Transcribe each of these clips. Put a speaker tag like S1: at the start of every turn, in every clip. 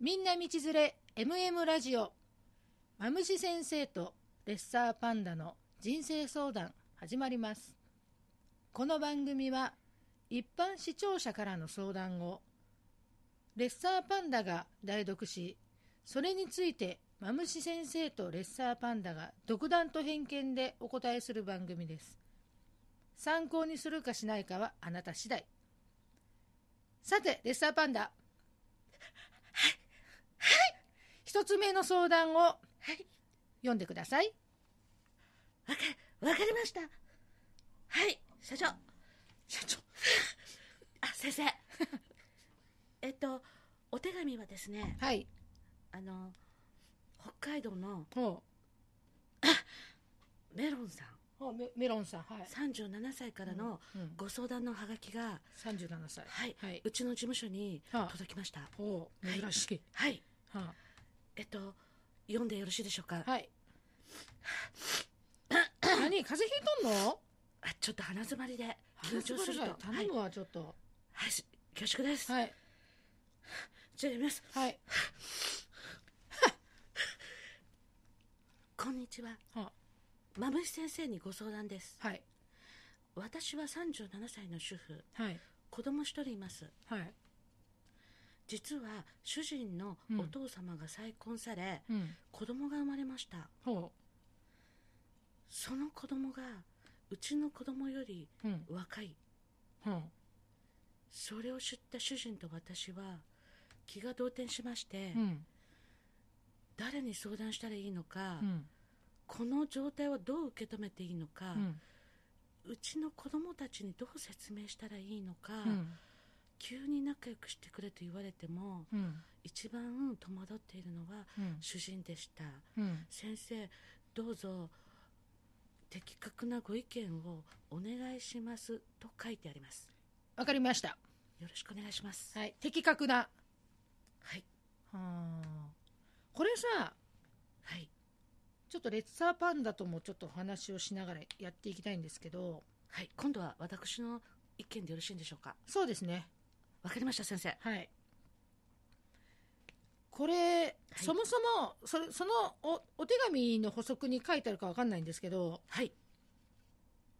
S1: みんな道連れ MM ラジオマムシ先生とレッサーパンダの人生相談始まりますこの番組は一般視聴者からの相談をレッサーパンダが代読しそれについてマムシ先生とレッサーパンダが独断と偏見でお答えする番組です参考にするかしないかはあなた次第さてレッサーパンダ一つ目の相談を
S2: はい、
S1: 読んでください
S2: わか、わかりました。はい、社長。
S1: 社長
S2: あ、先 生。えっと、お手紙はですね、
S1: はい
S2: あの、北海道の
S1: ほ
S2: メロンさ
S1: うほうメメロンさんはい
S2: ん、37歳からの
S1: うんうん
S2: ご相談のハガキが、
S1: 37歳
S2: はい、
S1: はいう
S2: ちの事務所に
S1: はあ
S2: 届きました。
S1: ほう珍しい
S2: はい、
S1: は
S2: えっと、読んでよろしいでしょうか。
S1: あはい何風邪ひいとんの
S2: あちょっと鼻詰まりで緊張すると。はい
S1: 頼む、わちょっと
S2: はい、し恐縮です。
S1: はい
S2: じゃあ読みます。
S1: はい
S2: こんにちは。
S1: は
S2: まぶし先生にご相談です。
S1: あはい
S2: 私は37歳の主婦。
S1: はい
S2: 子供一人います
S1: はい
S2: 実は主人のお父様が再婚され、
S1: うん
S2: 子供が生まれました
S1: ほ
S2: その子供がうちの子供より
S1: ううん
S2: 若い
S1: ほう
S2: それを知った主人と私は気が動転しまして、
S1: うん
S2: 誰に相談したらいいのか、
S1: うん
S2: この状態をどう受け止めていいのか
S1: う、
S2: うちの子供たちにどう説明したらいいのか、
S1: ん
S2: 急に仲良くしてくれと言われても
S1: うん
S2: 一番戸惑っているのは
S1: うん
S2: 主人でした、
S1: うん
S2: 先生どうぞ的確なご意見をお願いしますと書いてあります
S1: わかりました
S2: よろしくお願いします
S1: はい的確な
S2: はい
S1: はあこれさ
S2: はい
S1: ちょっとレッサーパンダともちょっとお話をしながらやっていきたいんですけど
S2: はい今度は私の意見でよろしいんでしょうか
S1: そうですね
S2: わかりました先生
S1: はいこれ、そもそもそれそのおお手紙の補足に書いてあるかわかんないんですけど
S2: はい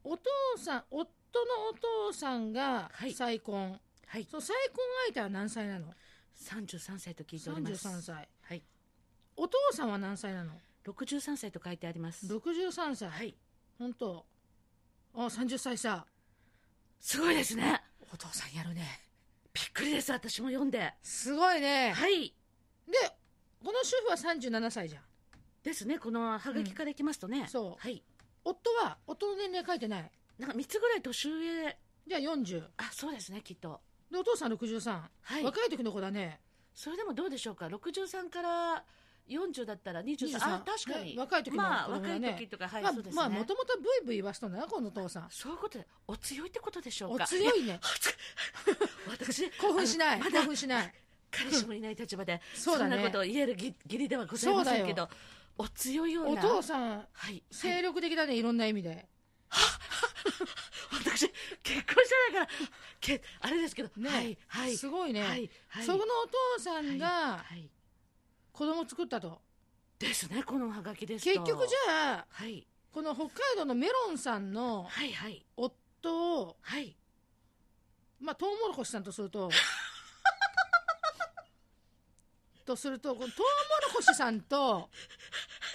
S1: お父さん夫のお父さんが
S2: はい
S1: 再婚、
S2: はい
S1: その再婚相手は何歳なの
S2: 33歳と聞いております
S1: ?33 歳
S2: はい
S1: お父さんは何歳なの
S2: 63歳と書いてあります
S1: 63歳、
S2: はい
S1: 本当あ30歳さ
S2: すごいですね
S1: お父さんやるね
S2: びっくりです私も読んです
S1: ごいね
S2: はい
S1: でこの主婦は37歳じゃん
S2: ですねこのハガキからいきますとね、
S1: そう
S2: はい
S1: 夫は夫の年齢書いてない
S2: なんか3つぐらい年上
S1: じゃあ40
S2: あそうですねきっと
S1: でお父さん63、
S2: はい
S1: 若い時の子だね
S2: それでもどうでしょうか63から40だったら23
S1: 23
S2: あ確かに、
S1: ね若い時の
S2: まあ
S1: 子供
S2: 若
S1: だ
S2: い
S1: ね
S2: 時とかはい、
S1: まあ
S2: そうですね、
S1: まあもともとブイブイ言わしとんだなこのお父さん
S2: そういうことでお強いってことでしょう
S1: お
S2: か
S1: 強
S2: い
S1: いね
S2: 私
S1: 興奮しない、
S2: あのま
S1: 興
S2: だ
S1: 奮しない
S2: 彼氏もいない立場で
S1: そうだね
S2: んなことを言えるぎ義理ではございませんけ
S1: そ
S2: どお強いよう
S1: お
S2: な
S1: 父さん
S2: はい、はい、
S1: 精力的だねいろんな意味で
S2: 私結婚してないからけあれですけど、
S1: ね
S2: はいはい
S1: すごいね、
S2: はいはい
S1: そこのお父さんが
S2: はい、
S1: 子供作ったと
S2: ですねこのハガキですと
S1: 結局じゃあ
S2: はい
S1: この北海道のメロンさんの
S2: はいはい
S1: 夫を
S2: はい
S1: まあトウモロコシさんとするととするとこのトウモロコシさんと
S2: は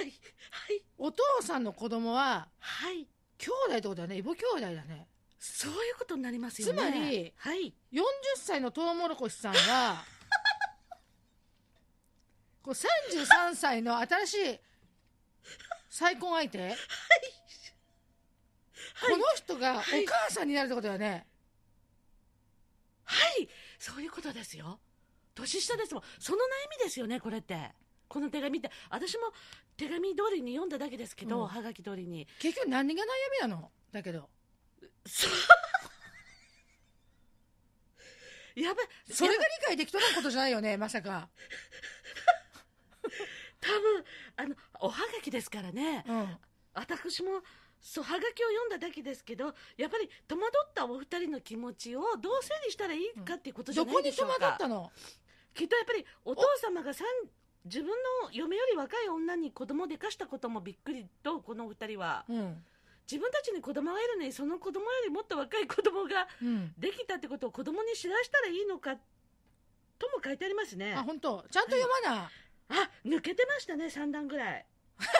S2: いはい
S1: お父さんの子供は
S2: はい
S1: 兄弟ってことだよね異母兄弟だね
S2: そういうことになりますよ
S1: つ
S2: ね。
S1: まり
S2: はい。
S1: 40歳のトウモロコシさんはこう33歳の新しい再婚相手、この人がお母さんになるってことだよね、
S2: はい。そういうことですよ。年下ですもん。その悩みですよね、これって。この手紙って。私も手紙通りに読んだだけですけど、
S1: うん
S2: はがき通りに。
S1: 結局何が悩みなのだけど
S2: やばい。
S1: それ
S2: や
S1: が
S2: ばい
S1: 理解できとらんことじゃないよねまさか、
S2: 多分、あの、おはがきですからね。
S1: うん、
S2: 私も、そう、はがきを読んだだけですけど、やっぱり戸惑ったお二人の気持ちをどう整理したらいいかっていうことじゃ
S1: ど
S2: な
S1: こ
S2: い
S1: に
S2: でし
S1: 戸
S2: ょうか。
S1: 惑ったの
S2: きっとやっぱりお父様がさん自分の嫁より若い女に子供をでかしたこともびっくりとこのお二人は
S1: うん
S2: 自分たちに子供がいるのにその子供よりもっと若い子供が
S1: うん
S2: できたってことを子供に知らしたらいいのかとも書いてありますね
S1: あ本当ちゃんと読まな、
S2: あ抜けてましたね3段ぐらい恐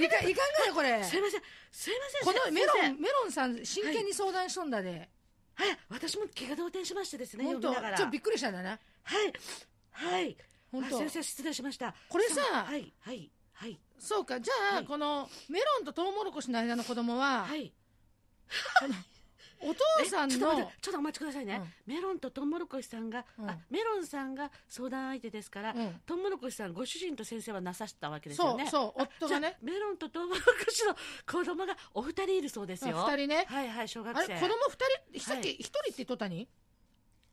S1: い、
S2: 縮
S1: か
S2: で
S1: んいかんぐらいこ
S2: す
S1: れ
S2: いませんすい
S1: こ
S2: ません
S1: のメロ
S2: 先
S1: ンメロンさん真剣に相談しとんだで、
S2: 生はい私も気が動転しましてですね
S1: 本
S2: 読
S1: 当ち
S2: みながら
S1: ょっとびっくりしたんだな
S2: はいはい
S1: 本
S2: あ
S1: 当
S2: 先生失礼しました
S1: これさ
S2: そうはいはいはい
S1: そうかじゃあ、
S2: はい
S1: このメロンとトウモロコシの間の子供は、
S2: はい
S1: お
S2: え
S1: 父さん
S2: ちょっと待っ
S1: の
S2: てちょっとお待ちくださいね、メロンとトウモロコシさんが、
S1: うん
S2: あメロンさんが相談相手ですから、
S1: うんうん
S2: トウモロコシさんご主人と先生はなさしたわけですよ
S1: そう
S2: ねう
S1: そう夫がね
S2: メロンとトウモロコシの子供がお二人いるそうですよ
S1: 2人ね
S2: はいはい小学
S1: あれ
S2: 生
S1: 子供2人さっき1人って言っとったに、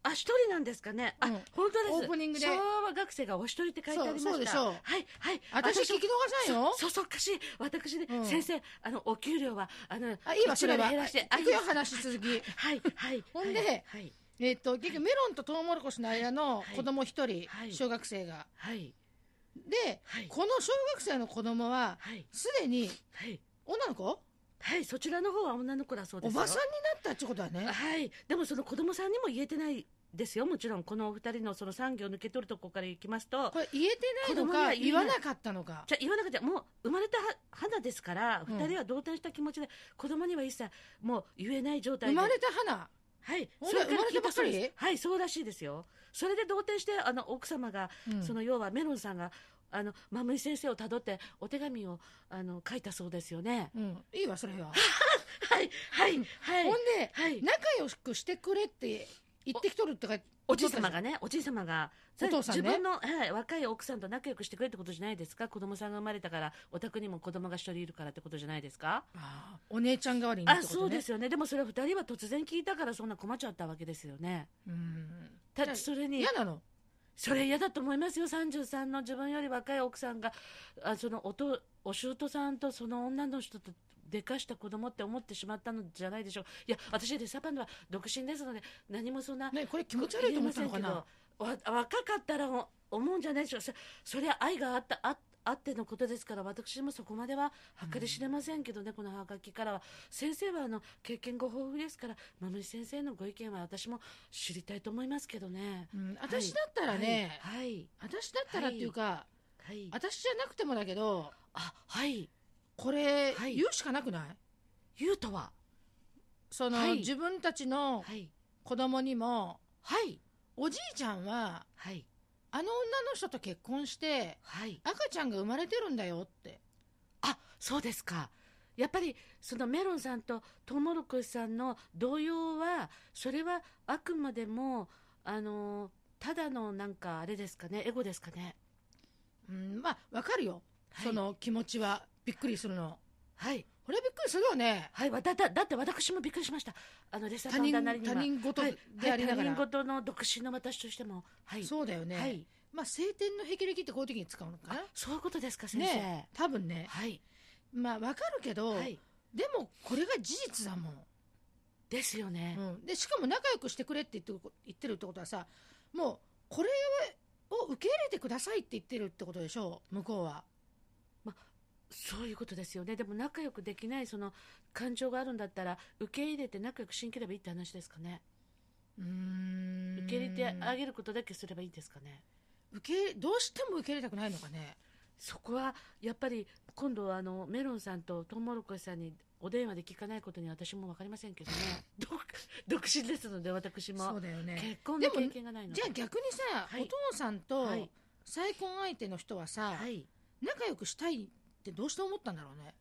S2: あ一人なんですかねあ、
S1: うん
S2: 本当です
S1: オープニングで
S2: 小学生がお一人って書いてありまし
S1: そ
S2: た
S1: うそうでしょう
S2: はいはい
S1: 私聞き逃さないよ
S2: そそっかしい私ね、
S1: うん
S2: 先生あのお給料はあの
S1: あいいわ
S2: 一
S1: それは
S2: 割減らしてあ
S1: 行くよ
S2: いいです
S1: 話続き
S2: はいはい
S1: ほんで
S2: はいはい
S1: えっと結局メロンとトウモロコシの間の子供一人、
S2: はい
S1: 小学生が
S2: はい
S1: で
S2: はい
S1: この小学生の子供は
S2: はい
S1: すでに
S2: はい
S1: 女の子
S2: はいそちらの方は女の子だそうで
S1: お
S2: すよ
S1: ばさんになったってことだね
S2: はいでもその子供さんにも言えてないですよもちろんこのお二人のその産業抜け取るとこから行きますと
S1: これ言えてないの
S2: 子供に
S1: か
S2: は言え
S1: 言
S2: な
S1: わ
S2: い
S1: なかったのか
S2: じゃあ言わなくちゃもう生まれたは花ですから
S1: うん
S2: 二、人は同点した気持ちで子供には一切もう言えない状態
S1: 生
S2: で
S1: まれた花
S2: はい
S1: ほんで
S2: から聞いそうです
S1: 生まれたばっかり
S2: はいそうらしいですよそれで同点してあの奥様が、
S1: うん
S2: その要はメロンさんがあのマムイ先生をたどってお手紙をあの書いたそうですよね
S1: うんいいわそれは
S2: はいはいは
S1: ほん
S2: い
S1: で
S2: はい
S1: 仲良くしてくれって言ってきとるってか
S2: おじい様がね、おじい様が、
S1: お父さんね
S2: 自分の、はい、若い奥さんと仲良くしてくれってことじゃないですか子供さんが生まれたから、お宅にも子供が一人いるからってことじゃないですか、
S1: あーお姉ちゃん代わりにって
S2: あ、
S1: ことね
S2: そうですよね。でもそれは二人は突然聞いたからそんな困っちゃったわけですよね。
S1: うん
S2: た
S1: じゃ
S2: だ
S1: あ
S2: それに
S1: 嫌、なの
S2: それ嫌だと思いますよ。33の自分より若い奥さんが、あそのおと、お舅さんとその女の人と、でかした子供って思ってしまったのじゃないでしょうかいや、私レサパンダは独身ですので、何もそんな、
S1: ねこれ気持ち悪いと思ったのかな
S2: 言えませんけどわ若かったらお思うんじゃないでしょうそそりゃ愛があったああってのことですから私もそこまでは計り知れませんけどね、このハガキからは先生はあの経験ご豊富ですからまむり先生のご意見は私も知りたいと思いますけどね
S1: うん私だったらね
S2: はい
S1: 私だったらっていうか
S2: はい、はい、
S1: 私じゃなくてもだけど
S2: あはい
S1: これ
S2: はい
S1: 言うしかなくない
S2: ゆうとは
S1: そ
S2: は
S1: の
S2: い
S1: 自分たちの
S2: はい
S1: 子供にも
S2: はい
S1: おじいちゃんは
S2: はい
S1: あの女の人と結婚して
S2: はい
S1: 赤ちゃんが生まれてるんだよって
S2: あそうですかやっぱりそのメロンさんとトウモロコシさんの動揺はそれはあくまでもあのただのなんかあれですかねエゴですかね
S1: うんまあわかるよ
S2: はい
S1: その気持ちはびっくりするの
S2: はい
S1: これはびっくりするよね
S2: はいわだだだって私もびっくりしましたあのレッサー
S1: 他
S2: パン
S1: 人
S2: ダなりに
S1: 他
S2: は
S1: 人事
S2: はい
S1: でありなが
S2: はい他人
S1: ら
S2: 事の独身の私としてもはい
S1: そうだよ
S2: は
S1: ね
S2: い
S1: まあ晴天の霹靂ってこういう時に使うのかな
S2: そういうことですか先生、
S1: ね多分ね
S2: はい
S1: まあわかるけど
S2: はい
S1: でもこれが事実だもん
S2: ですよね、
S1: うん、でしかも仲良くしてくれって言ってる言ってるってことはさもうこれを受け入れてくださいって言ってるってことでしょう向こうは
S2: そういうことですよねでも仲良くできないその感情があるんだったら受け入れて仲良くしんければいいって話ですかね
S1: うーん
S2: 受け入れてあげることだけすればいいんですかね
S1: 受けどうしても受け入れたくないのかね
S2: そこはやっぱり今度はあのメロンさんとトウモロコシさんにお電話で聞かないことには私も分かりません けどね独独身ですので
S1: そ
S2: 私も
S1: うだよね
S2: 結婚の
S1: でも
S2: 経験がないの
S1: じ
S2: で
S1: ゃあ逆にさ、
S2: はい
S1: お父さんと
S2: はい
S1: 再婚相手の人はさ、
S2: はい
S1: 仲良くしたいってどうして思ったんだろうね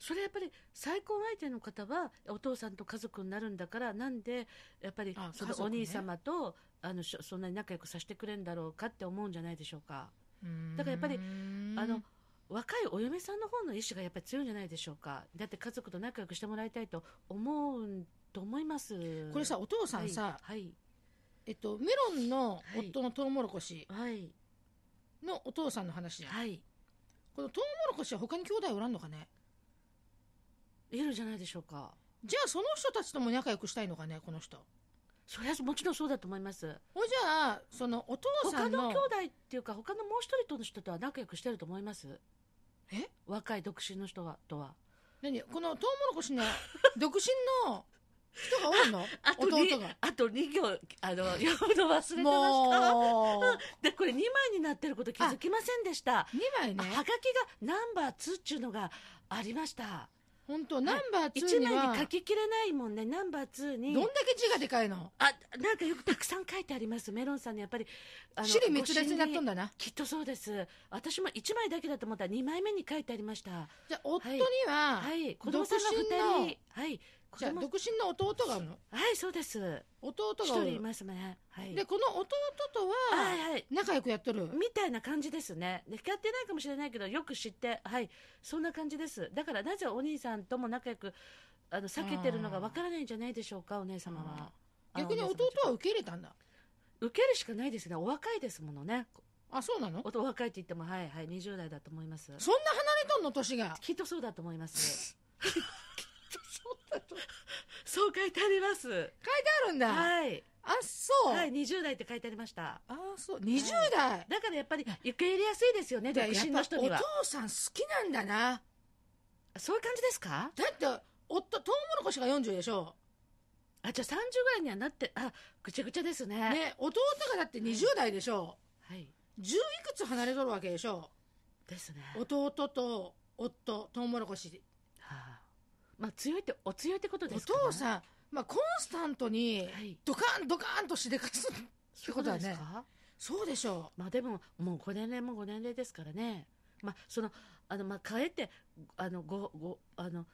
S2: それやっぱり再婚相手の方はお父さんと家族になるんだからなんでやっぱり
S1: あ
S2: その
S1: 家
S2: お
S1: 族ね
S2: 兄様と、あのしょそんなに仲良くさせてくれんだろうかって思うんじゃないでしょうかだからやっぱり
S1: うーん
S2: あの若いお嫁さんの方の意志がやっぱり強いんじゃないでしょうかだって家族と仲良くしてもらいたいと思うんと思います
S1: これさお父さ
S2: はい
S1: んさ、
S2: はい
S1: えっと、メロンの夫のトウモロコシ
S2: はい
S1: のお父さんの話じゃん、
S2: はい
S1: このトウモロコシは他に兄弟おらんのかね
S2: いるんじゃないでしょうか
S1: じゃあその人たちとも仲良くしたいのかねこの人
S2: それはもちろんそうだと思います
S1: おじゃあそのお父さ
S2: 他
S1: んの
S2: の兄弟っていうか他のもう一人との人とは仲良くしてると思います
S1: え
S2: 若い独身の人はとは
S1: 何このトウモロコシの独身の人がおるの
S2: あとに
S1: 弟が
S2: あと2行あ の読むの忘れてました
S1: もう
S2: でこれ2枚になってること気づきませんでした
S1: 2枚
S2: あ
S1: ね
S2: はがきがナンバー2っちゅうのがありました
S1: 本当ナンバー
S2: 1
S1: 2に
S2: 枚
S1: は
S2: に書ききれないもんねナンバー2
S1: ど
S2: に
S1: んだけ字がでかいの
S2: あなんかよくたくさん書いてありますメロンさんにやっぱりあの
S1: 私利滅裂になっとん
S2: だ
S1: だな
S2: きっとそうです私も1枚だけだと思ったら2枚目に書いてありました
S1: じゃあ夫には、
S2: はい子供さんが
S1: 独
S2: 2
S1: 身の
S2: 人はい子
S1: じゃあ
S2: 供
S1: 独身の弟がおるの
S2: はいそうです
S1: 弟
S2: 一
S1: がお
S2: 人い
S1: る
S2: ますねはい
S1: でこの弟と
S2: はい
S1: は
S2: はい
S1: 仲良くやっとる
S2: みたいな感じですね。で光ってないかもしれないけど、よく知って、はい、そんな感じです。だから、なぜお兄さんとも仲良く、あの、避けてるのがわからないんじゃないでしょうか、お姉様は。あ
S1: 逆に
S2: お姉様
S1: 弟は受け入れたんだ
S2: 受けるしかないですね。お若いですものね。
S1: あそうなの
S2: おお若いって言っても、はいはい、20代だと思います。
S1: そんな離れとんの年が
S2: きっとそうだと思 います。そう書いてあります。
S1: あるんだ、
S2: はい。
S1: あそう、
S2: はい、20代って書いてありました。
S1: あそう20代、
S2: だからやっぱり受け入れやすいですよね、
S1: じ
S2: 独
S1: ゃあやっ
S2: 身
S1: ぱ
S2: の
S1: お
S2: 人には。
S1: 父さん好きなんだな
S2: そういう感じですか
S1: だって夫トウモロコシが40でしょ、
S2: あ、じゃあ30ぐらいにはなって、あ、ぐちゃぐちゃですね。
S1: ね、弟がだって20代でしょ
S2: はい。
S1: 10いくつ離れとるわけでしょ
S2: ですね。
S1: 弟と夫トウモロコシ
S2: はあ、まあ、強いって、お強いってことで
S1: お
S2: すか、ね、
S1: 父さん、まあ、コンスタントに
S2: はい。
S1: ドカンドカンとしでかす
S2: そういうことです
S1: ってこと
S2: か
S1: そうでしょ
S2: まあ、でも、もうご年齢もご年齢ですからね。まあ、その、あの、まあ、かえって、あの、ご、ご、あの、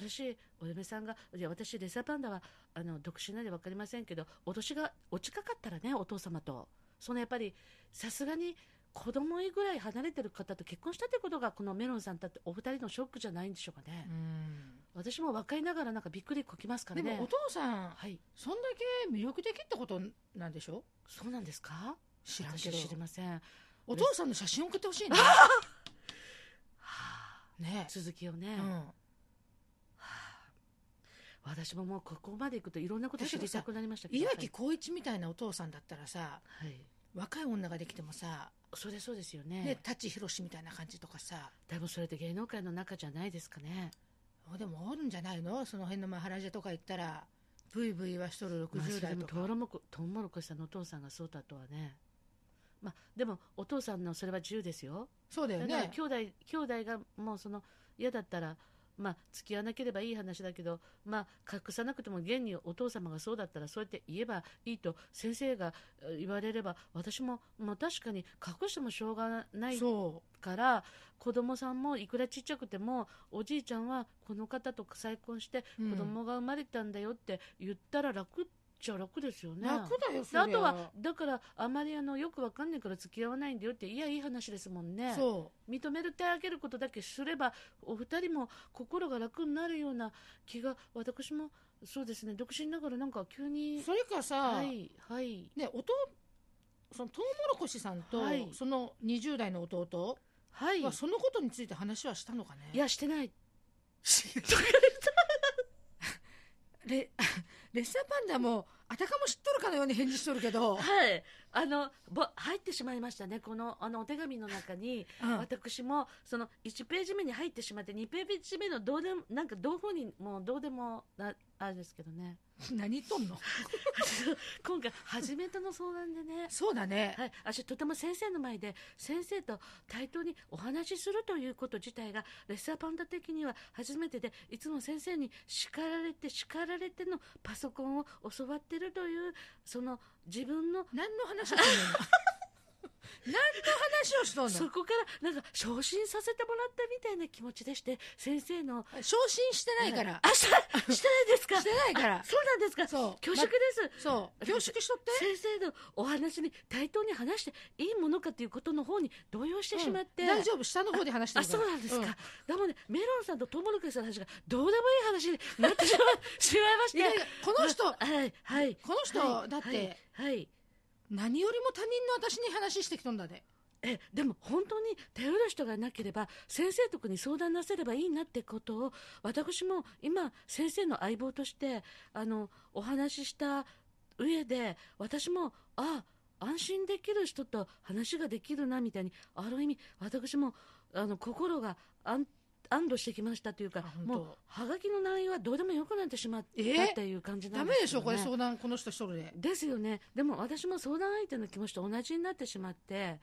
S2: 新しいお嫁さんが、いや、私、レッサーパンダは、あの、独身なんでわかりませんけど、お年が落ちかかったらね、お父様と。その、やっぱり、さすがに、子供ぐらい離れてる方と結婚したってことが、このメロンさんだって、お二人のショックじゃないんでしょうかね。
S1: う、うん
S2: 私も若いながらなんかびっくりこきますから
S1: で
S2: ね。
S1: もお父さん
S2: はい。
S1: そんだけ魅力的ってことなんでしょ
S2: そうなんですか
S1: 知らんけ
S2: 私
S1: ど
S2: 知りません。は
S1: お父さんの写真送ってほしいね
S2: あ、
S1: ね
S2: 続きをね、
S1: う
S2: は
S1: ん
S2: あ。私ももうここまで行くといろんなこと知りたくなりましたけど。
S1: 岩城浩一みたいなお父さんだったらさ
S2: はい。はい
S1: 若い女ができてもさ、
S2: それそうですよ
S1: ね
S2: ね。、
S1: 舘ひろしみたいな感じとかさ
S2: でもそれって芸能界の中じゃないですかね。
S1: でもおるんじゃないのその辺のマハラジャとか行ったらブイブイはしとる
S2: まあ、
S1: 60
S2: それ
S1: 代
S2: も
S1: とか、
S2: トウモコトウモロコシさんのお父さんがそうだとはね。まあ、でもお父さんのそれは自由ですよ。
S1: そうだよ
S2: だから
S1: ね
S2: 兄弟兄弟がもうその嫌だったらまあ付き合わなければいい話だけどまあ隠さなくても現にお父様がそうだったらそうやって言えばいいと先生がえ言われれば私もまあ確かに隠してもしょうがない
S1: そ
S2: から子供さんもいくらちっちゃくてもおじいちゃんはこの方と再婚して
S1: う、うん
S2: 子供が生まれたんだよって言ったら楽っちゃ楽ですよね。
S1: 楽だよそ
S2: で
S1: れ
S2: あとはだからあまりあのよくわかんないから付き合わないんだよっていやいい話ですもんね。
S1: そ
S2: 認めてあげることだけすればお二人も心が楽になるような気が私もそうですね独身ながらなんか急
S1: う
S2: に
S1: それかさ、
S2: はいはい
S1: ね弟そのトウモロコシさんと、
S2: はい
S1: その20代の弟
S2: はい
S1: はそのことについて話はしたのかね
S2: いやしてない
S1: レ レッサーパンダもあたかも知っとるかのように返事しとるけ ど、
S2: はいあのぼ入ってしまいましたねこのあのお手紙の中に
S1: うん
S2: 私もその1ページ目に入ってしまって2ページ目のどうでもなんかどういうふうにもうどうでもなあれですけど ね
S1: 何言っとんの
S2: 今回初めての相談でね
S1: そうだね、
S2: はい、私とても先生の前で先生と対等にお話しするということ自体がレッサーパンダ的には初めてでいつも先生に叱られて叱られてのパソコンを教わってるというその自分の
S1: 何の 話をしとんの何の話をしとんの
S2: そこからなんか昇進させてもらったみたいな気持ちでして先生の
S1: 昇進してないから、
S2: あしてないしてないですか
S1: してないから
S2: あそうなんですか
S1: そう
S2: 恐縮です、
S1: まそう恐縮しとって
S2: 先生のお話に対等に話していいものかということの方に動揺してしまって、
S1: うん大丈夫下の方で話して
S2: あ
S1: るか
S2: そ
S1: ら
S2: うなんですか、でもねメロンさんとトウモロコシさんの話がどうでもいい話になってしましまいまして
S1: いやいやこの人、
S2: はいはい
S1: この人、
S2: はい
S1: だって、
S2: はい、はい
S1: 何よりも他人の私に話してきとんだで
S2: えでも本当に頼る人がなければ先生とかに相談なせればいいなってことを私も今先生の相棒としてあのお話しした上で私もあ安心できる人と話ができるなみたいにある意味私もあの心が安安堵してきましたというか
S1: あ本当
S2: もうはがきの内容はどうでもよくなってしまった
S1: えー
S2: っていう感じな
S1: ダ
S2: ん
S1: メ
S2: です
S1: でしょ、
S2: よ
S1: これ
S2: ね
S1: 相談、この人一人で。
S2: ですよねでも私も相談相手の気持ちと同じになってしまって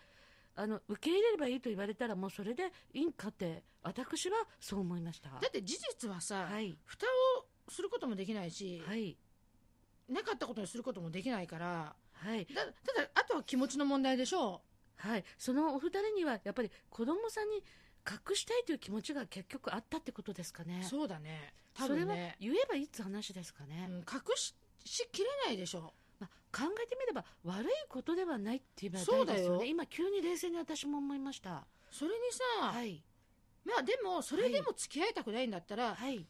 S2: あの受け入れればいいと言われたらもうそれでいいんかって私はそう思いました
S1: だって事実はさ、
S2: はい
S1: 蓋をすることもできないし、
S2: はい
S1: なかったことにすることもできないから、
S2: はい
S1: だただ、あとは気持ちの問題でしょ
S2: はいそのお二人にはやっぱり子供さんに隠したいという気持ちが結局あったってことですか
S1: う。
S2: ね
S1: そうだね。多
S2: それ
S1: 分
S2: は
S1: ね、
S2: 言えばいいって話ですかね
S1: う、ん、隠ししきれないでしょ。
S2: まあ、考えてみれば悪いことではないって言えばないです
S1: そう
S2: よ
S1: だ
S2: ね
S1: よ
S2: 今急に冷静に私も思いました
S1: それにさ、
S2: はい
S1: まあでも、それでも付き合いたくないんだったら、
S2: はい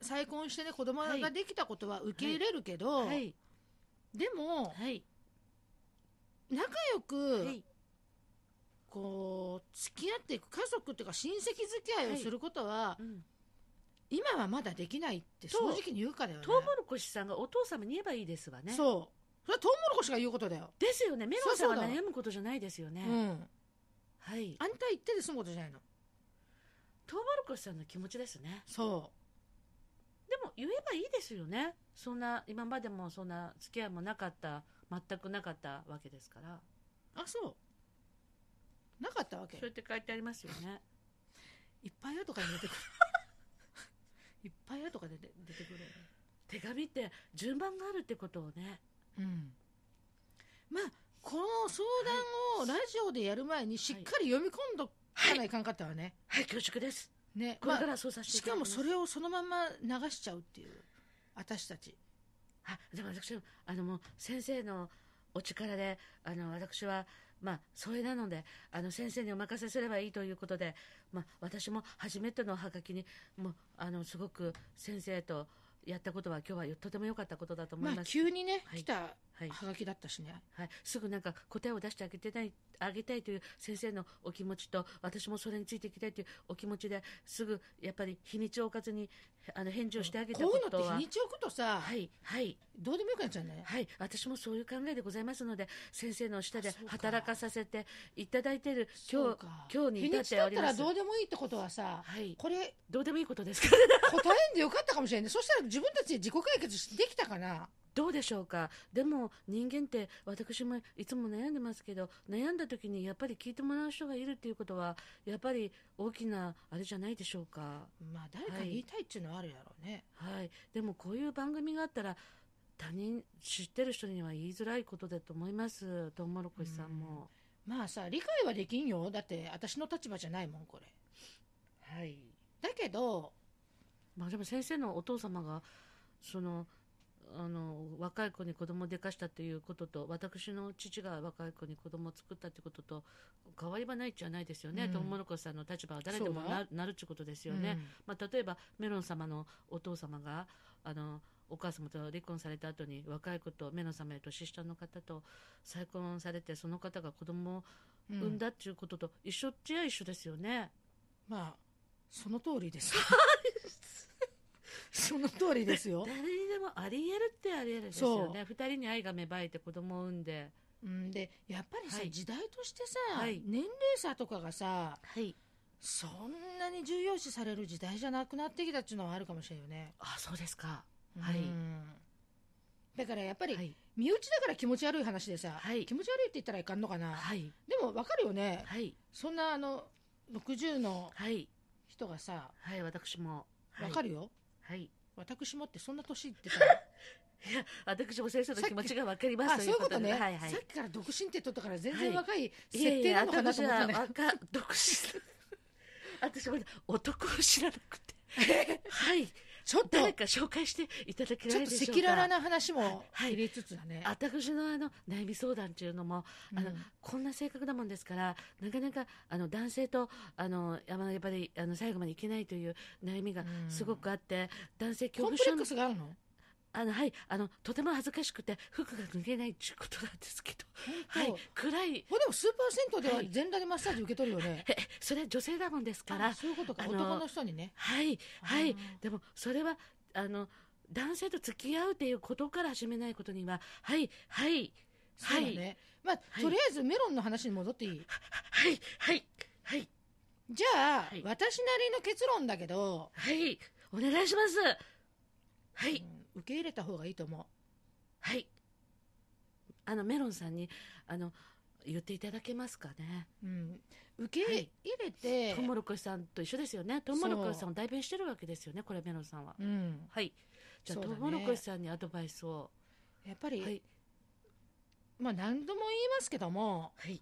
S1: 再婚してね、子供
S2: は
S1: が
S2: い
S1: できたことは受け入れるけど、
S2: はい
S1: でも、
S2: はい
S1: 仲良
S2: は
S1: く、
S2: い
S1: こう、付き合っていく家族っていうか親戚付き合いをすることは、
S2: うん
S1: 今はまだできないって正
S2: と
S1: 直に言うからよね。
S2: トウモロコシさんがお父様に言えばいいですわね。
S1: そう。それはトウモロコシが言うことだよ。
S2: ですよね。メロンさん
S1: そう
S2: が
S1: そうだ
S2: 悩むことじゃないですよね。
S1: うん。
S2: はい。
S1: あんた言ってで済むことじゃないの。
S2: トウモロコシさんの気持ちですね。
S1: そ
S2: でも言えばいいですよね。そんな、今までもそんな付き合いもなかった、全くなかったわけですから。
S1: う。あ、そう。なかったわけ
S2: そ。れって書いてありますよね。
S1: いっぱいあるとかに出てく る。いっぱいあるとかで出て出てくるよね。
S2: 手紙って順番があるってことをね。
S1: うん。まあ、この相談をラジオでやる前にしっかり読み込んどかないかんかったわね。
S2: はい、恐縮です。
S1: ね。
S2: これ
S1: ま
S2: か
S1: あ、
S2: らそうさせて
S1: し
S2: いただ
S1: か
S2: きま
S1: も
S2: す。
S1: それをそのまま流しちゃうっていう。私たち。
S2: あでも私あのもう先生のお力であの私はまあそれなのであの先生にお任せすればいいということで、まあ、私も初めてのおはがきにもうあのすごく先生とやったことは今日はとても良かったことだと思
S1: ま
S2: い
S1: あ、
S2: ます、
S1: 急にね、
S2: はい
S1: 来た
S2: はい
S1: はがきだったしね。
S2: はい、すぐなんか答えを出してあげてないあげたいという先生のお気持ちと私もそれについていきたいというお気持ちですぐやっぱり日にちを置かずにあの返事をしてあげた
S1: こ
S2: こ
S1: ういう
S2: と
S1: のって日
S2: は
S1: にち置くとさ、
S2: はいはい
S1: どうでもよくなっちゃうんだね。
S2: はい、私もそういう考えでございますので、先生の下で
S1: あそうか
S2: 働かさせていただいている
S1: そう
S2: 今日
S1: か、
S2: 今日に至っ
S1: 日
S2: て
S1: だ
S2: お
S1: っ
S2: り
S1: た
S2: ま
S1: ら
S2: す。
S1: どうでもいいってことはさ、
S2: はい、
S1: これ、
S2: どうでもいいことですから、
S1: 答えんでよかったかもしれない。そしたら自分たちで自己解決しできたかな。
S2: どうでしょうか。でも人間って私もいつも悩んでますけど、悩んだ時にやっぱり聞いてもらう人がいるっていうことはやっぱり大きなあれじゃないでしょうか。
S1: まあ、誰かに言いたいっていうのはあるやろうね。
S2: はい、でもこういう番組があったら。他人知ってる人には言いづらいことだと思いますトウモロコシさんも、
S1: まあさ、理解はできんよ。だって、私の立場じゃないもん、これ。
S2: はい
S1: だけど、
S2: まあ、でも先生のお父様がそのあの若い子に子供をでかしたということと私の父が若い子に子供を作ったということと変わりはないじゃないですよね、
S1: うん
S2: トウモロコシさんの立場は誰でも
S1: そうだ
S2: ななるっちゅうことですよね、まあ、例えばメロン様のお父様があのお母様と離婚された後に若い子とメロン様より年下の方と再婚されてその方が子供を
S1: う
S2: 産んだっていうことと一緒っちゃ一緒ですよね。
S1: まあ、その通りです。 その通りですよ。
S2: 誰にでもあり得るってあり得るですよね二人に愛が芽生えて子供を産んで
S1: うん、で、やっぱりさ、
S2: はい
S1: 時代としてさ、
S2: はい
S1: 年齢差とかがさ、
S2: はい
S1: そんなに重要視される時代じゃなくなってきたっていうのはあるかもしれないよね。
S2: あそうですかはい
S1: うんだからやっぱ
S2: は
S1: り、
S2: い
S1: 身内だから気持ち悪い話でさ、
S2: はい
S1: 気持ち悪いって言ったらいかんのかな。
S2: はい
S1: でもわかるよね。
S2: はい
S1: そんなあの、60の
S2: はい
S1: 人がさ、
S2: はい私も
S1: わか
S2: る
S1: るよ。
S2: はいい
S1: 私もってそんな年いってたの
S2: や私も先生の気持ちがわかり ま
S1: あ、
S2: す
S1: そういうことね。
S2: はいはい
S1: さっきから独身って取ったから全
S2: は
S1: 然
S2: い
S1: 若い
S2: い
S1: 設
S2: やい
S1: 定
S2: や
S1: なのかなと
S2: 私
S1: 思った
S2: は
S1: ね。
S2: 若独身私まだ男を知らなくてはい
S1: ちょっと、
S2: 誰か紹介していただけ
S1: ち
S2: な
S1: ょっ
S2: い
S1: と
S2: でしょ
S1: 赤
S2: うか
S1: 裸々な話も
S2: はい
S1: 入れつつだね。
S2: 私のあの悩み相談っていうのもあの
S1: うん
S2: こんな性格だもんですからなかなかあの男性とあのやっぱりあの最後までいけないという悩みが
S1: うん
S2: すごくあって、男性恐
S1: コン
S2: 怖
S1: プレ
S2: 症
S1: ッ
S2: の
S1: クスがあるの
S2: あの、はい、あのとても恥ずかしくて服が脱げないっていうことなんですけど、はい
S1: 本、
S2: 暗い
S1: 当。まあでもスーパー銭湯では
S2: はい
S1: 全裸でマッサージ受け取るよね。
S2: えそれは女性だもんですか
S1: あ
S2: ら
S1: そういうことか
S2: あの
S1: 男の人にね
S2: はいはい
S1: あー
S2: でもそれはあの男性と付き合うっていうことから始めないことには、はい、はい、
S1: そうだ
S2: は
S1: ね。まあ、
S2: い
S1: とりあえずメロンの話に戻っていい
S2: はい、はい、はい、
S1: じゃあ、
S2: はい
S1: 私なりの結論だけど、
S2: はい、お願いします。は
S1: う
S2: い、
S1: ん受け入れた方がいいと思
S2: はい。あの、メロンさんに、あの、言っていただけますかね。
S1: う。うん、受け入れて、
S2: トウモロコシさんと一緒ですよね。トウモロコシさんを代弁してるわけですよね、これメロンさんは。
S1: うん、
S2: はい。じゃあ、
S1: そう
S2: ト
S1: だ
S2: ウ
S1: ね
S2: モロコシさんにアドバイスを。
S1: やっぱり、
S2: はい。
S1: まあ何度も言いますけども、
S2: はい。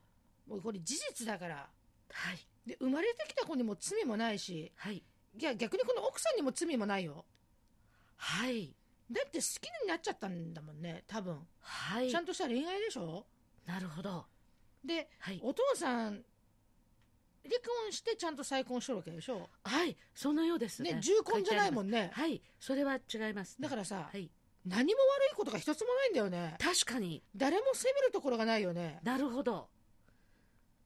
S1: もうこれ事実だから。
S2: はい。
S1: で生まれてきた子にも罪もないし、
S2: はい。
S1: いや逆にこの奥さんにも罪もないよ。
S2: はい。
S1: だって好きになっちゃったんだもんね、多分。
S2: はい
S1: ちゃ。んとした恋愛でしょ
S2: なるほど。
S1: で、
S2: はい。
S1: お父さん、離婚してちゃんと再婚してるわけでしょ
S2: はい。そのようですね。
S1: ね、重婚じゃないも
S2: ん。
S1: んね。
S2: はい。それは違いますね、
S1: だからさ
S2: は、い。
S1: 何も悪いことが一つもないんだよね。
S2: 確かに。
S1: 誰も責めるところがないよね。
S2: なるほど。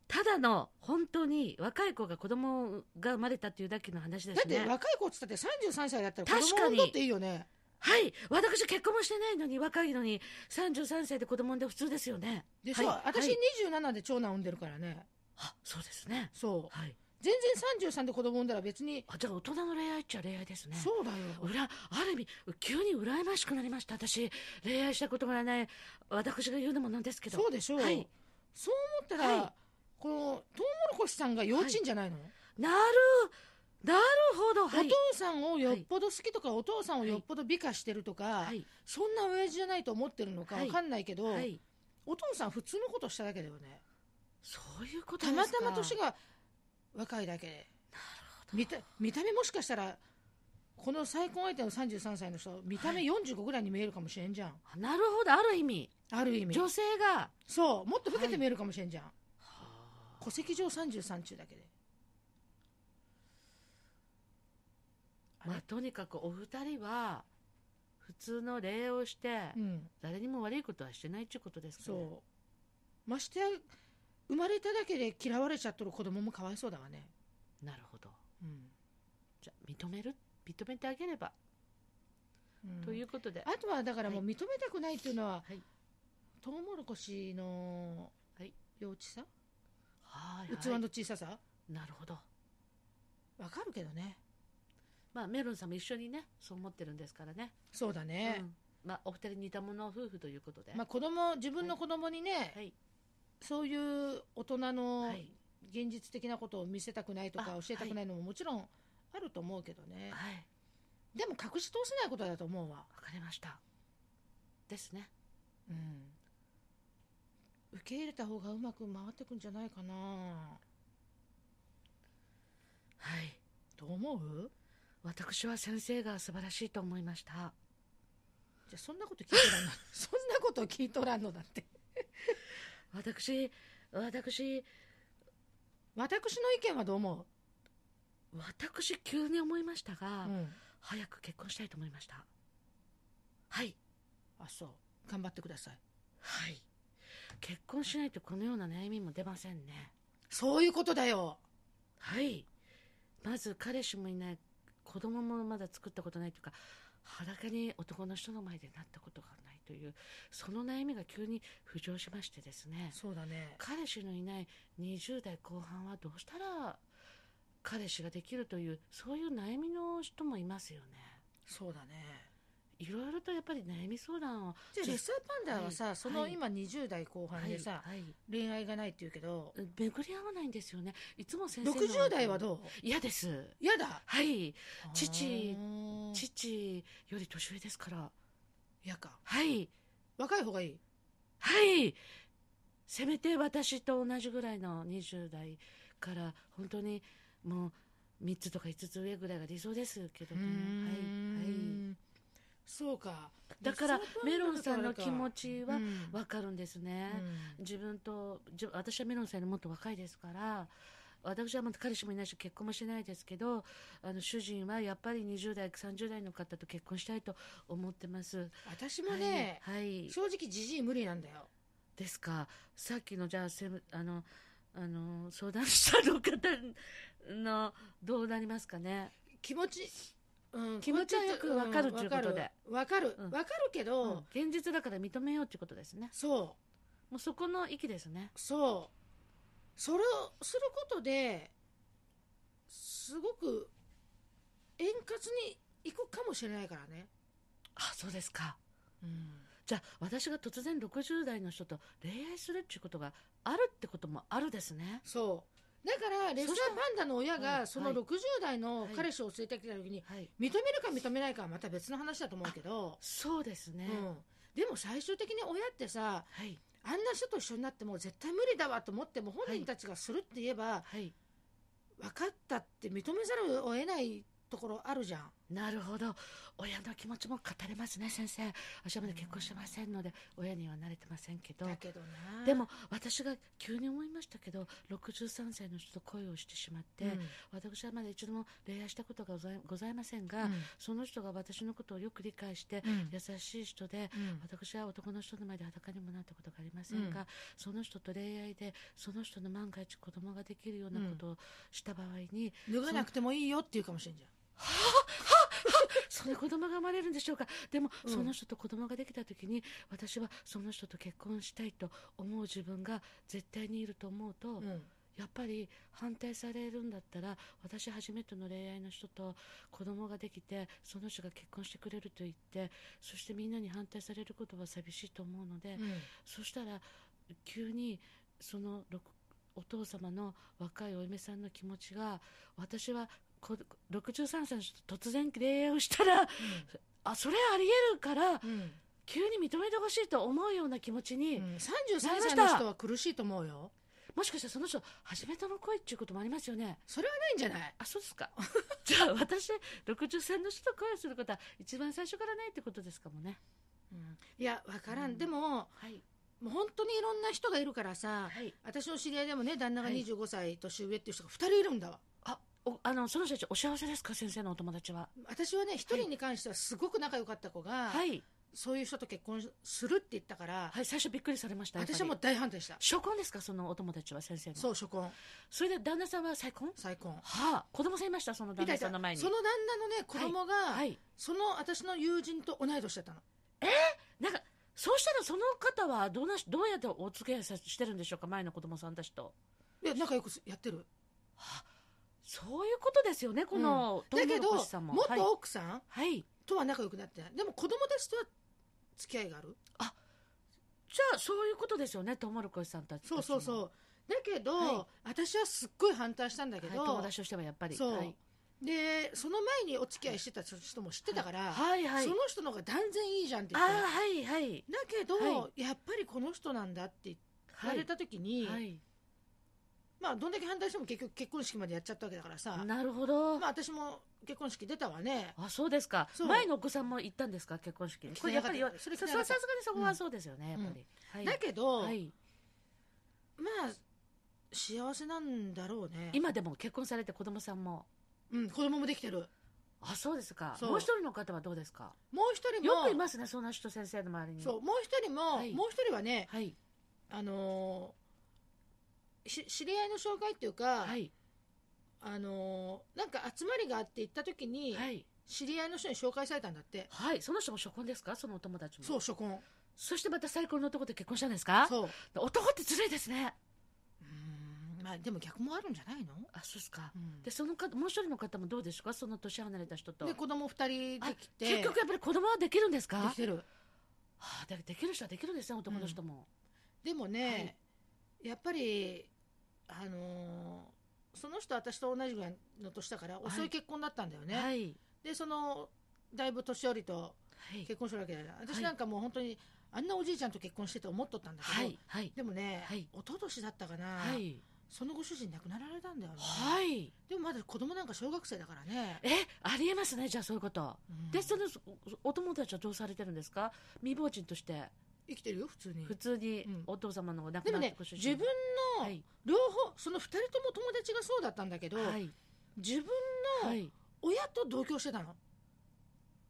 S2: ただの、本当に、若い子が子供が生まれたっていうだけの話で
S1: だ
S2: す
S1: って
S2: ね。
S1: 若い子っつったって33歳だったら子
S2: 確か
S1: 供
S2: に
S1: 産んだっていいよね。
S2: はい。私結婚もしてないのに、若いのに、33歳で子供産んで普通ですよね。
S1: でしょ、
S2: はい
S1: 私
S2: はい
S1: 27で長男産んでるからね。
S2: あ、そうですね。
S1: そう。
S2: はい。
S1: 全然33で子供産んだら別に、
S2: あ、じゃあ大人の恋愛っちゃ恋愛ですね。
S1: そうだよ。
S2: うら、ある意味、急に羨ましくなりました。私、恋愛したことがない、私が言うのもなんですけど。
S1: そうでしょう。
S2: はい
S1: そう思ったら、
S2: はい
S1: このトウモロコシさんが幼稚園じゃないの、
S2: なる、なるほど。はい
S1: お。父さんをよっぽど好きとか、お父さんをよっぽど美化してるとか、
S2: はい。
S1: そんな親父じゃないと思ってるのか
S2: は
S1: わ
S2: い
S1: かんないけど、
S2: はい。
S1: お父さん普通のことしただけだよね。
S2: そういうこと
S1: た
S2: です
S1: ま
S2: か。
S1: たま年が若いだけで。見た見た目もしかしたら、この再婚相手の33歳の人、見た目45ぐらいに見えるかもしれんじゃん。
S2: あなるほど、ある意味。
S1: ある意味。
S2: 女性が。
S1: そう、もっと老けて見えるかもしれんじゃん。
S2: はあ
S1: 戸籍上33中だけで。
S2: まあ、とにかくお二人は、普通の恋愛をして、
S1: うん。
S2: 誰にも悪いことはしてないっていうことですかね。
S1: そうましてや生まれただけで嫌われちゃっとる子供もかわいそうだわね、
S2: なるほど。
S1: うん
S2: じゃあ認める認めてあげれば、
S1: うん
S2: ということで。
S1: あとはだからもう
S2: は
S1: 認めたくないっていうのは、
S2: はい
S1: トウモロコシの
S2: はい
S1: 幼稚さ、
S2: はい
S1: 器の小ささ
S2: なるほど。
S1: わかるけどね
S2: まあ、メロンさんも一緒にね、そう思ってるんですからね。
S1: そうだね、
S2: うんまあ、お二人似たもの夫婦ということで。
S1: まあ、子供自分の子供にね、
S2: はい。
S1: そういう大人の
S2: はい。
S1: 現実的なことを見せたくないとか
S2: あ
S1: 教えたくないのももちろんあると思うけどね、
S2: はい。
S1: でも隠し通せないことだと思うわ、
S2: わかりました。ですね。
S1: うん受け入れた方がうまく回ってくんじゃないかな
S2: はい。
S1: と思う
S2: 私は先生が素晴らしいと思いました。
S1: じゃあそんなこと聞いとらん のそんなこと聞いとらんのだって
S2: 私、私、
S1: 私の意見はどう思
S2: 私急に思いました
S1: う、
S2: が、
S1: うん、
S2: 早く結婚したいと思いました。はい。
S1: あそう頑張ってください
S2: はい。結婚しないとこのような悩みも出ませんね。
S1: そういうことだよ
S2: はい。まず彼氏もいない、子供もまだ作ったことないというか、裸に男の人の前でなったことがないという、その悩みが急に浮上しましてですね。
S1: そうだね
S2: 彼氏のいない20代後半はどうしたら彼氏ができるというそういう悩みの人もいますよね
S1: そうだね
S2: いろいろとやっぱり悩み相談を
S1: じゃあレッサーパンダはさ、
S2: はい
S1: その
S2: はい
S1: 今20代後半でさ、
S2: はいはい
S1: 恋愛がないって言うけど
S2: 巡り合わないんですよねいつも先生の
S1: 60代はどう
S2: 嫌です
S1: 嫌だ
S2: はい父
S1: あー
S2: 父より年上ですから
S1: 嫌か
S2: はい
S1: 若い方がいい
S2: はいせめて私と同じぐらいの20代から本当にもう3つとか5つ上ぐらいが理想ですけどねはいはい
S1: そうか
S2: だから
S1: レッサーパ
S2: メ
S1: ンダ
S2: ロンさんの
S1: だからか
S2: 気持ちは
S1: うん
S2: わかるんですね、自分とじゅ私はメロンさんよりもっと若いですから私はまだ彼氏もいないし結婚もしてないですけどあの主人はやっぱり20代30代の方と結婚したいと思ってます
S1: 私もね、
S2: はい、はい
S1: 正直じじい無理なんだよ
S2: ですかさっきのじゃあせあのあの相談したの方のどうなりますかね
S1: 気持ちうん
S2: 気持ちはよくわかるということで
S1: わかる
S2: う
S1: わ
S2: ん
S1: かるけど、
S2: 現実だから認めようということですね
S1: そう
S2: もうそこの域ですね
S1: そうそれをすることですごく円滑にいくかもしれないからね、
S2: あそうですか
S1: うん、
S2: じゃあ私が突然60代の人と恋愛するっていうことがあるってこともあるですね
S1: そうだからレッサーパンダの親
S2: は
S1: が
S2: い
S1: その
S2: はい
S1: 60代の
S2: はい
S1: 彼氏を連れてきた時に
S2: はい
S1: 認めるか認めないかはまた別の話だと思うけど、
S2: そうですね、
S1: うん、でも最終的に親ってさ
S2: はい
S1: あんな人と一緒になってもう絶対無理だわと思っても本人たちがするって言えば、
S2: はい
S1: 分かったって認めざるを得ないところあるじゃん。
S2: なるほど親の気持ちも語れますね先生私はまだ結婚してませんので親には慣れてませんけど
S1: だけどな
S2: でも私が急に思いましたけど63歳の人と恋をしてしまって、
S1: うん
S2: 私はまだ一度も恋愛したことがございございませんが、その人が私のことをよく理解して、
S1: うん
S2: 優しい人で
S1: うん
S2: 私は男の人の前で裸にもなったことがありませんが、
S1: うん
S2: その人と恋愛でその人の万が一子供ができるようなことをした場合に、
S1: 脱がなくてもいいよって言うかもしれんじ
S2: その子供が生まれるんでしょうかでも、
S1: うん
S2: その人と子供ができた時に私はその人と結婚したいと思う自分が絶対にいると思うと、
S1: ゃん、うん
S2: やっぱり反対されるんだったら私初めての恋愛の人と子供ができてその人が結婚してくれると言ってそしてみんなに反対されることは寂しいと思うので、そしたら急にそのろくお父様の若いお嫁さんの気持ちが私はこ63歳の人と突然恋愛をしたらあそれありえるから
S1: うんうん
S2: 急に認めてほしいと思うような気持ちに、
S1: うん、33歳の人は苦しいと思うよ
S2: もしかしたらその人初めての恋っていうこともありますよね。
S1: それはないんじゃない
S2: あそうですか じゃあ私63の人と恋をすることは一番最初からないってことですかもね
S1: いや分からん、
S2: うん
S1: でも
S2: はい
S1: もう本当にいろんな人がいるからさ、
S2: はい
S1: 私の知り合いでもね旦那が
S2: はい
S1: 25歳年上っていう人が2人いるんだわ
S2: あおあのその人たちお幸せですか先生のお友達は
S1: 私はね1人に関してはすごく仲良かった子が、
S2: はい
S1: そういう人と結婚するって言ったから、
S2: はい最初びっくりされましたやっぱり
S1: 私はもう大反対した
S2: 初婚ですかそのお友達は先生の
S1: そう初婚
S2: それで旦那さんは再婚
S1: 再婚
S2: はあ子供さんいましたその旦那さんの前に
S1: その旦那のね子供が、
S2: はい
S1: その私の友人と同い年だったの
S2: なんかそうしたらその方はどうなしどうやってお付き合いさしてるんでしょうか前の子供さんたちと
S1: で仲良くやってる
S2: そういうことですよねこの、
S1: だけど
S2: トウモロコシさんもはい
S1: 元奥さん
S2: はい
S1: とは仲良くなってないでも子供たちとは付き合いがある
S2: じゃあそういうことですよねトウモロコシさんたち
S1: そうそう
S2: う
S1: そうだけど、
S2: は
S1: 私はすっごい反対したんだけ
S2: はい、
S1: ど、
S2: 友達としてはやっぱり
S1: そう、
S2: はい
S1: でその前にお付き合いしてた人も知ってたから、
S2: はいはい
S1: その人の方が断然いいじゃんって
S2: あ
S1: 言って
S2: あはいはい
S1: だけど、
S2: は
S1: やっぱりこの人なんだって言
S2: は
S1: わ
S2: い
S1: れた時に、
S2: はい
S1: まあどんだけ反対しても結局結婚式までやっちゃったわけだからさ
S2: なるほど、
S1: まあ私も結婚式出たわね
S2: あそうですか
S1: そう
S2: 前のお子さんも行ったんですか結婚式に
S1: 来
S2: こ
S1: て
S2: れや
S1: な
S2: っ
S1: か
S2: ぱ
S1: った
S2: りよ
S1: それ来
S2: さ
S1: て
S2: さ
S1: な
S2: す
S1: かっ
S2: が
S1: た
S2: にそこはそうですよね、やっぱり、はい
S1: だけど、
S2: はい、
S1: まあ幸せなんだろうね
S2: 今でも結婚されて子供さんも
S1: うん、子供もできてる
S2: あそうですか
S1: そう
S2: もう一人の方はどうですか
S1: もう一人
S2: よ
S1: も
S2: くいますねそんな人先生の周りに
S1: そうもう一人も、
S2: はい
S1: もう一人はね
S2: はい
S1: あのーし知り合いの紹介っていうか、
S2: はい
S1: あのーなんか集まりがあって行った時に、
S2: はい
S1: 知り合いの人に紹介されたんだって、
S2: はいその人も初婚ですかそのお友達も
S1: そう初婚
S2: そしてまた最高の男と結婚したんですか
S1: そう
S2: 男ってずるいですね
S1: うーんまあでも逆もあるんじゃないの、
S2: あそうですか
S1: うん
S2: でその方もう一人の方もどうですかその年離れた人と
S1: で子供二人できて
S2: 結局やっぱり子供はできるんですか
S1: できてる
S2: はあ、でできる人はできるんですね男の人も、
S1: でもね、やっぱりあのーその人私と同じぐらいの年だから
S2: い
S1: 遅い結婚だったんだよね、
S2: はい
S1: でそのだいぶ年寄りと
S2: はい
S1: 結婚するわけだから
S2: は
S1: 私
S2: い
S1: なんかもう本当にあんなおじいちゃんと結婚してて思っとったんだけ
S2: は
S1: ど、
S2: いはい
S1: でもね、
S2: はい
S1: 一昨年だったかな、
S2: はい
S1: そのご主人亡くなられたんだよね、
S2: はい
S1: でもまだ子供なんか小学生だからね、
S2: えありえますねじゃあそういうこと、
S1: うん
S2: でそのおお友達はどうされてるんですか未亡人として
S1: 生きてるよ普通に
S2: 普通に
S1: うん
S2: お父様のお亡
S1: で
S2: く
S1: も
S2: なった
S1: ね
S2: ご主
S1: 自
S2: 人
S1: 分の
S2: はい
S1: 両方その2人とも友達がそうだったんだけど、
S2: はい
S1: 自分の
S2: はい
S1: 親と同居してたの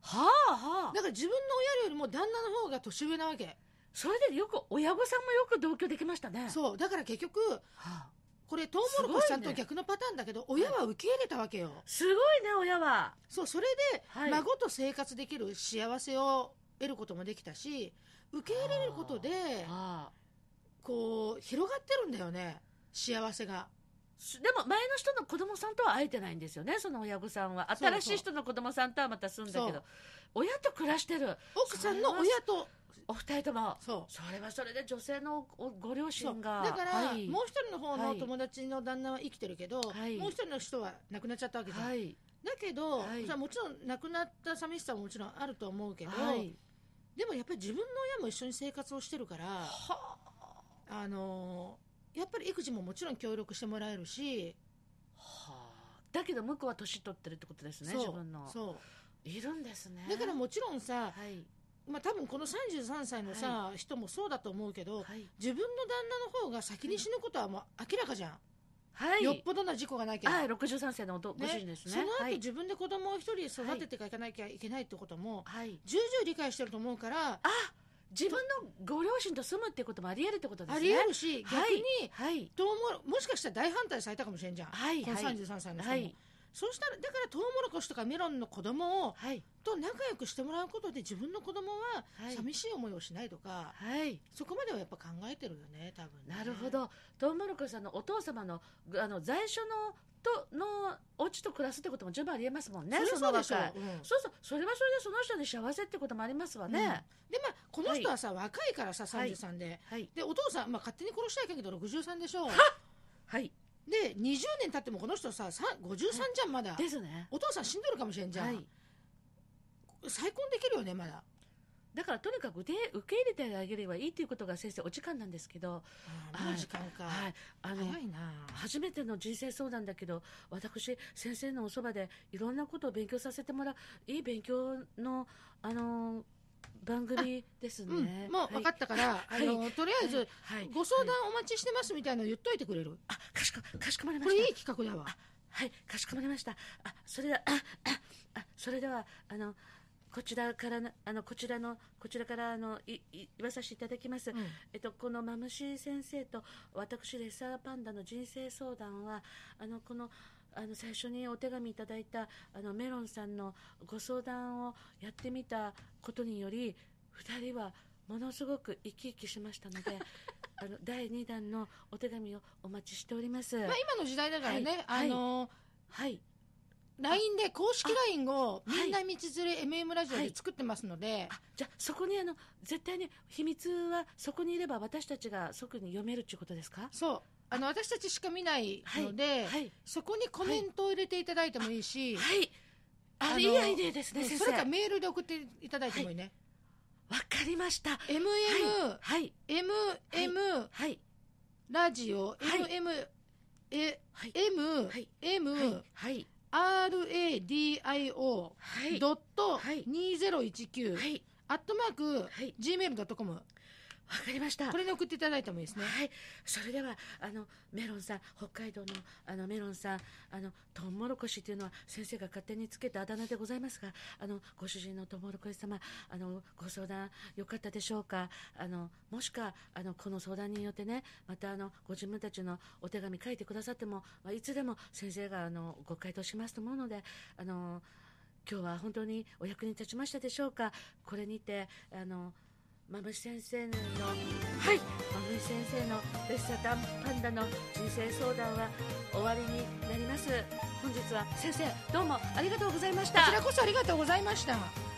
S2: はあはあ
S1: だから自分の親よりも旦那の方が年上なわけ
S2: それでよく親御さんもよく同居できましたね
S1: そうだから結局
S2: は
S1: これトウモロコシ
S2: す
S1: さ
S2: ごい
S1: んと
S2: ね
S1: 逆のパターンだけど、親は受け入れたわけよ。
S2: すごいね親は
S1: そう、それで、
S2: はい
S1: 孫と生活できる幸せを得ることもできたし、受け入れることで、
S2: ああ
S1: こう、広がってるんだよね。幸せが。
S2: すでも前の人の子供さんとは会えてないんですよねその親御さんは
S1: そうそう
S2: 新しい人の子供さんとはまた住んだけ
S1: そ
S2: ど
S1: う
S2: 親と暮らしてる
S1: 奥さんの親と、
S2: お二人とも
S1: そう。
S2: それはそれで女性のおおご両
S1: そう
S2: 親が
S1: だから、
S2: はい、
S1: もう一人の方の
S2: はい
S1: 友達の旦那は生きてるけど、
S2: はい
S1: もう一人の人は亡くなっちゃったわけじゃん、
S2: はい
S1: だけど、
S2: はい
S1: さもちろん亡くなった寂しさももちろんあると思うけど、
S2: はい
S1: でもやっぱり自分の親も一緒に生活をしてるから、
S2: は
S1: あのーやっぱり育児ももちろん協力してもらえるし、
S2: はだけど向こうは年取ってるってことですね
S1: そう
S2: 自分の
S1: そ
S2: いるんですね
S1: うだからもちろんさ、
S2: はい
S1: まあ、多分この33歳のさ、人もそうだと思うけど
S2: はい
S1: 自分の旦那の方が先に死ぬことはもう明らかじゃん、
S2: はい
S1: よっぽどな事故がないけど、
S2: はい63世のおとご主人ですね
S1: その
S2: は
S1: 後
S2: い
S1: 自分で子供を一人育てていかなきゃいけないってことも、
S2: はい
S1: 重々理解してると思うから、
S2: 自分のご両親と住むってこともあり得るってことですね
S1: あり得るし、
S2: は
S1: 逆
S2: い
S1: に、
S2: はい
S1: トウモロもしかしたら大反対されたかもしれんじゃん。
S2: はい
S1: この
S2: はい
S1: 33歳の人も。
S2: はい
S1: そうしたら、だからトウモロコシとかメロンの子供を、
S2: はい
S1: と仲良くしてもらうことで自分の子供は
S2: はい
S1: 寂しい思いをしないとか、
S2: はい
S1: そこまではやっぱ考えてるよね、多分ね、
S2: なるほどトウモロコシさんのお父様のあの在所のとのお家と暮らすってことも十分あり得ますもんね
S1: そりゃそうでしょ、
S2: の若いう
S1: うん
S2: そうそうそれはそれでその人に幸せってこともありますわ
S1: うん
S2: ね、
S1: で、まあ、この人はさ、若いからさ、33で。
S2: はい
S1: で、お父さん、まあ、勝手に殺したいけど63でしょ。
S2: はい
S1: で20年経ってもこの人ささ53じゃんまだ、
S2: ですね
S1: お父さん死んどるかもしれんじゃん、
S2: はい
S1: 再婚できるよねまだ
S2: だからとにかくで受け入れてあげればいいということが先生お時間なんですけど、
S1: あーもう時間か、
S2: はい、あの
S1: 早いな
S2: 初めての人生相談だけど私先生のおそばでいろんなことを勉強させてもらういい勉強のあの番組です
S1: うん
S2: ね、
S1: もう分かったから、
S2: はい
S1: あのとりあえず、
S2: はいはい
S1: ご相談お待ちしてますみたいなの言っといてくれる、
S2: あかしこかしこまりま
S1: こ
S2: した
S1: れいい企画だわ
S2: はいかしこまりましたあそれではあああそれではあのこちらからなあのこちらのこちらからあのいい言わさせていただきます、
S1: うん
S2: えっと、このマムシ先生と私レッサーパンダの人生相談はあのこのあの最初にお手紙いただいたあのメロンさんのご相談をやってみたことにより2人はものすごく生き生きしましたのであの第2弾のお手紙をお待ちしております。
S1: まあ、今の時代だからね、
S2: はい
S1: あの
S2: はい、
S1: LINE で公式 LINE を
S2: あはい
S1: みんな道連れ MM ラジオで作ってますので、
S2: あじゃあそこにあの絶対に秘密はそこにいれば私たちが即に読めるということですか
S1: そうあの私たちしか見ないので、
S2: はい、
S1: そこにコメントを入れていただいてもいいし、
S2: はい、
S1: あ
S2: あ
S1: の
S2: いいアイデアですね
S1: ね
S2: 先
S1: そ
S2: 生
S1: れかメールで送っていただいてもいいね。
S2: わかりました。
S1: MM、
S2: はい、
S1: MM、
S2: はい、
S1: ラジオ、
S2: い
S1: MM、え、
S2: はい、
S1: M、
S2: はい
S1: M、
S2: はい、
S1: RADIO、
S2: はい、
S1: ドット
S2: はい
S1: 2019、
S2: はい、
S1: アットマーク、
S2: はい、
S1: gmail.com。
S2: わかりました。
S1: これに送っていただいてもいいですね。
S2: はい、それではあのメロンさん北海道のあのメロンさんあのトウモロコシというのは先生が勝手につけたあだ名でございますがあのご主人のトウモロコシ様あのご相談よかったでしょうかあのもしかあのこの相談によってねまたあのご自分たちのお手紙書いてくださっても、まあ、いつでも先生があのご回答しますと思うのであの今日は本当にお役に立ちましたでしょうかこれにてあのまぶし先生のはいまぶし先生のレッサータンパンダの人生相談は終わりになります本日は先生どうもありがとうございました
S1: こちらこそありがとうございました。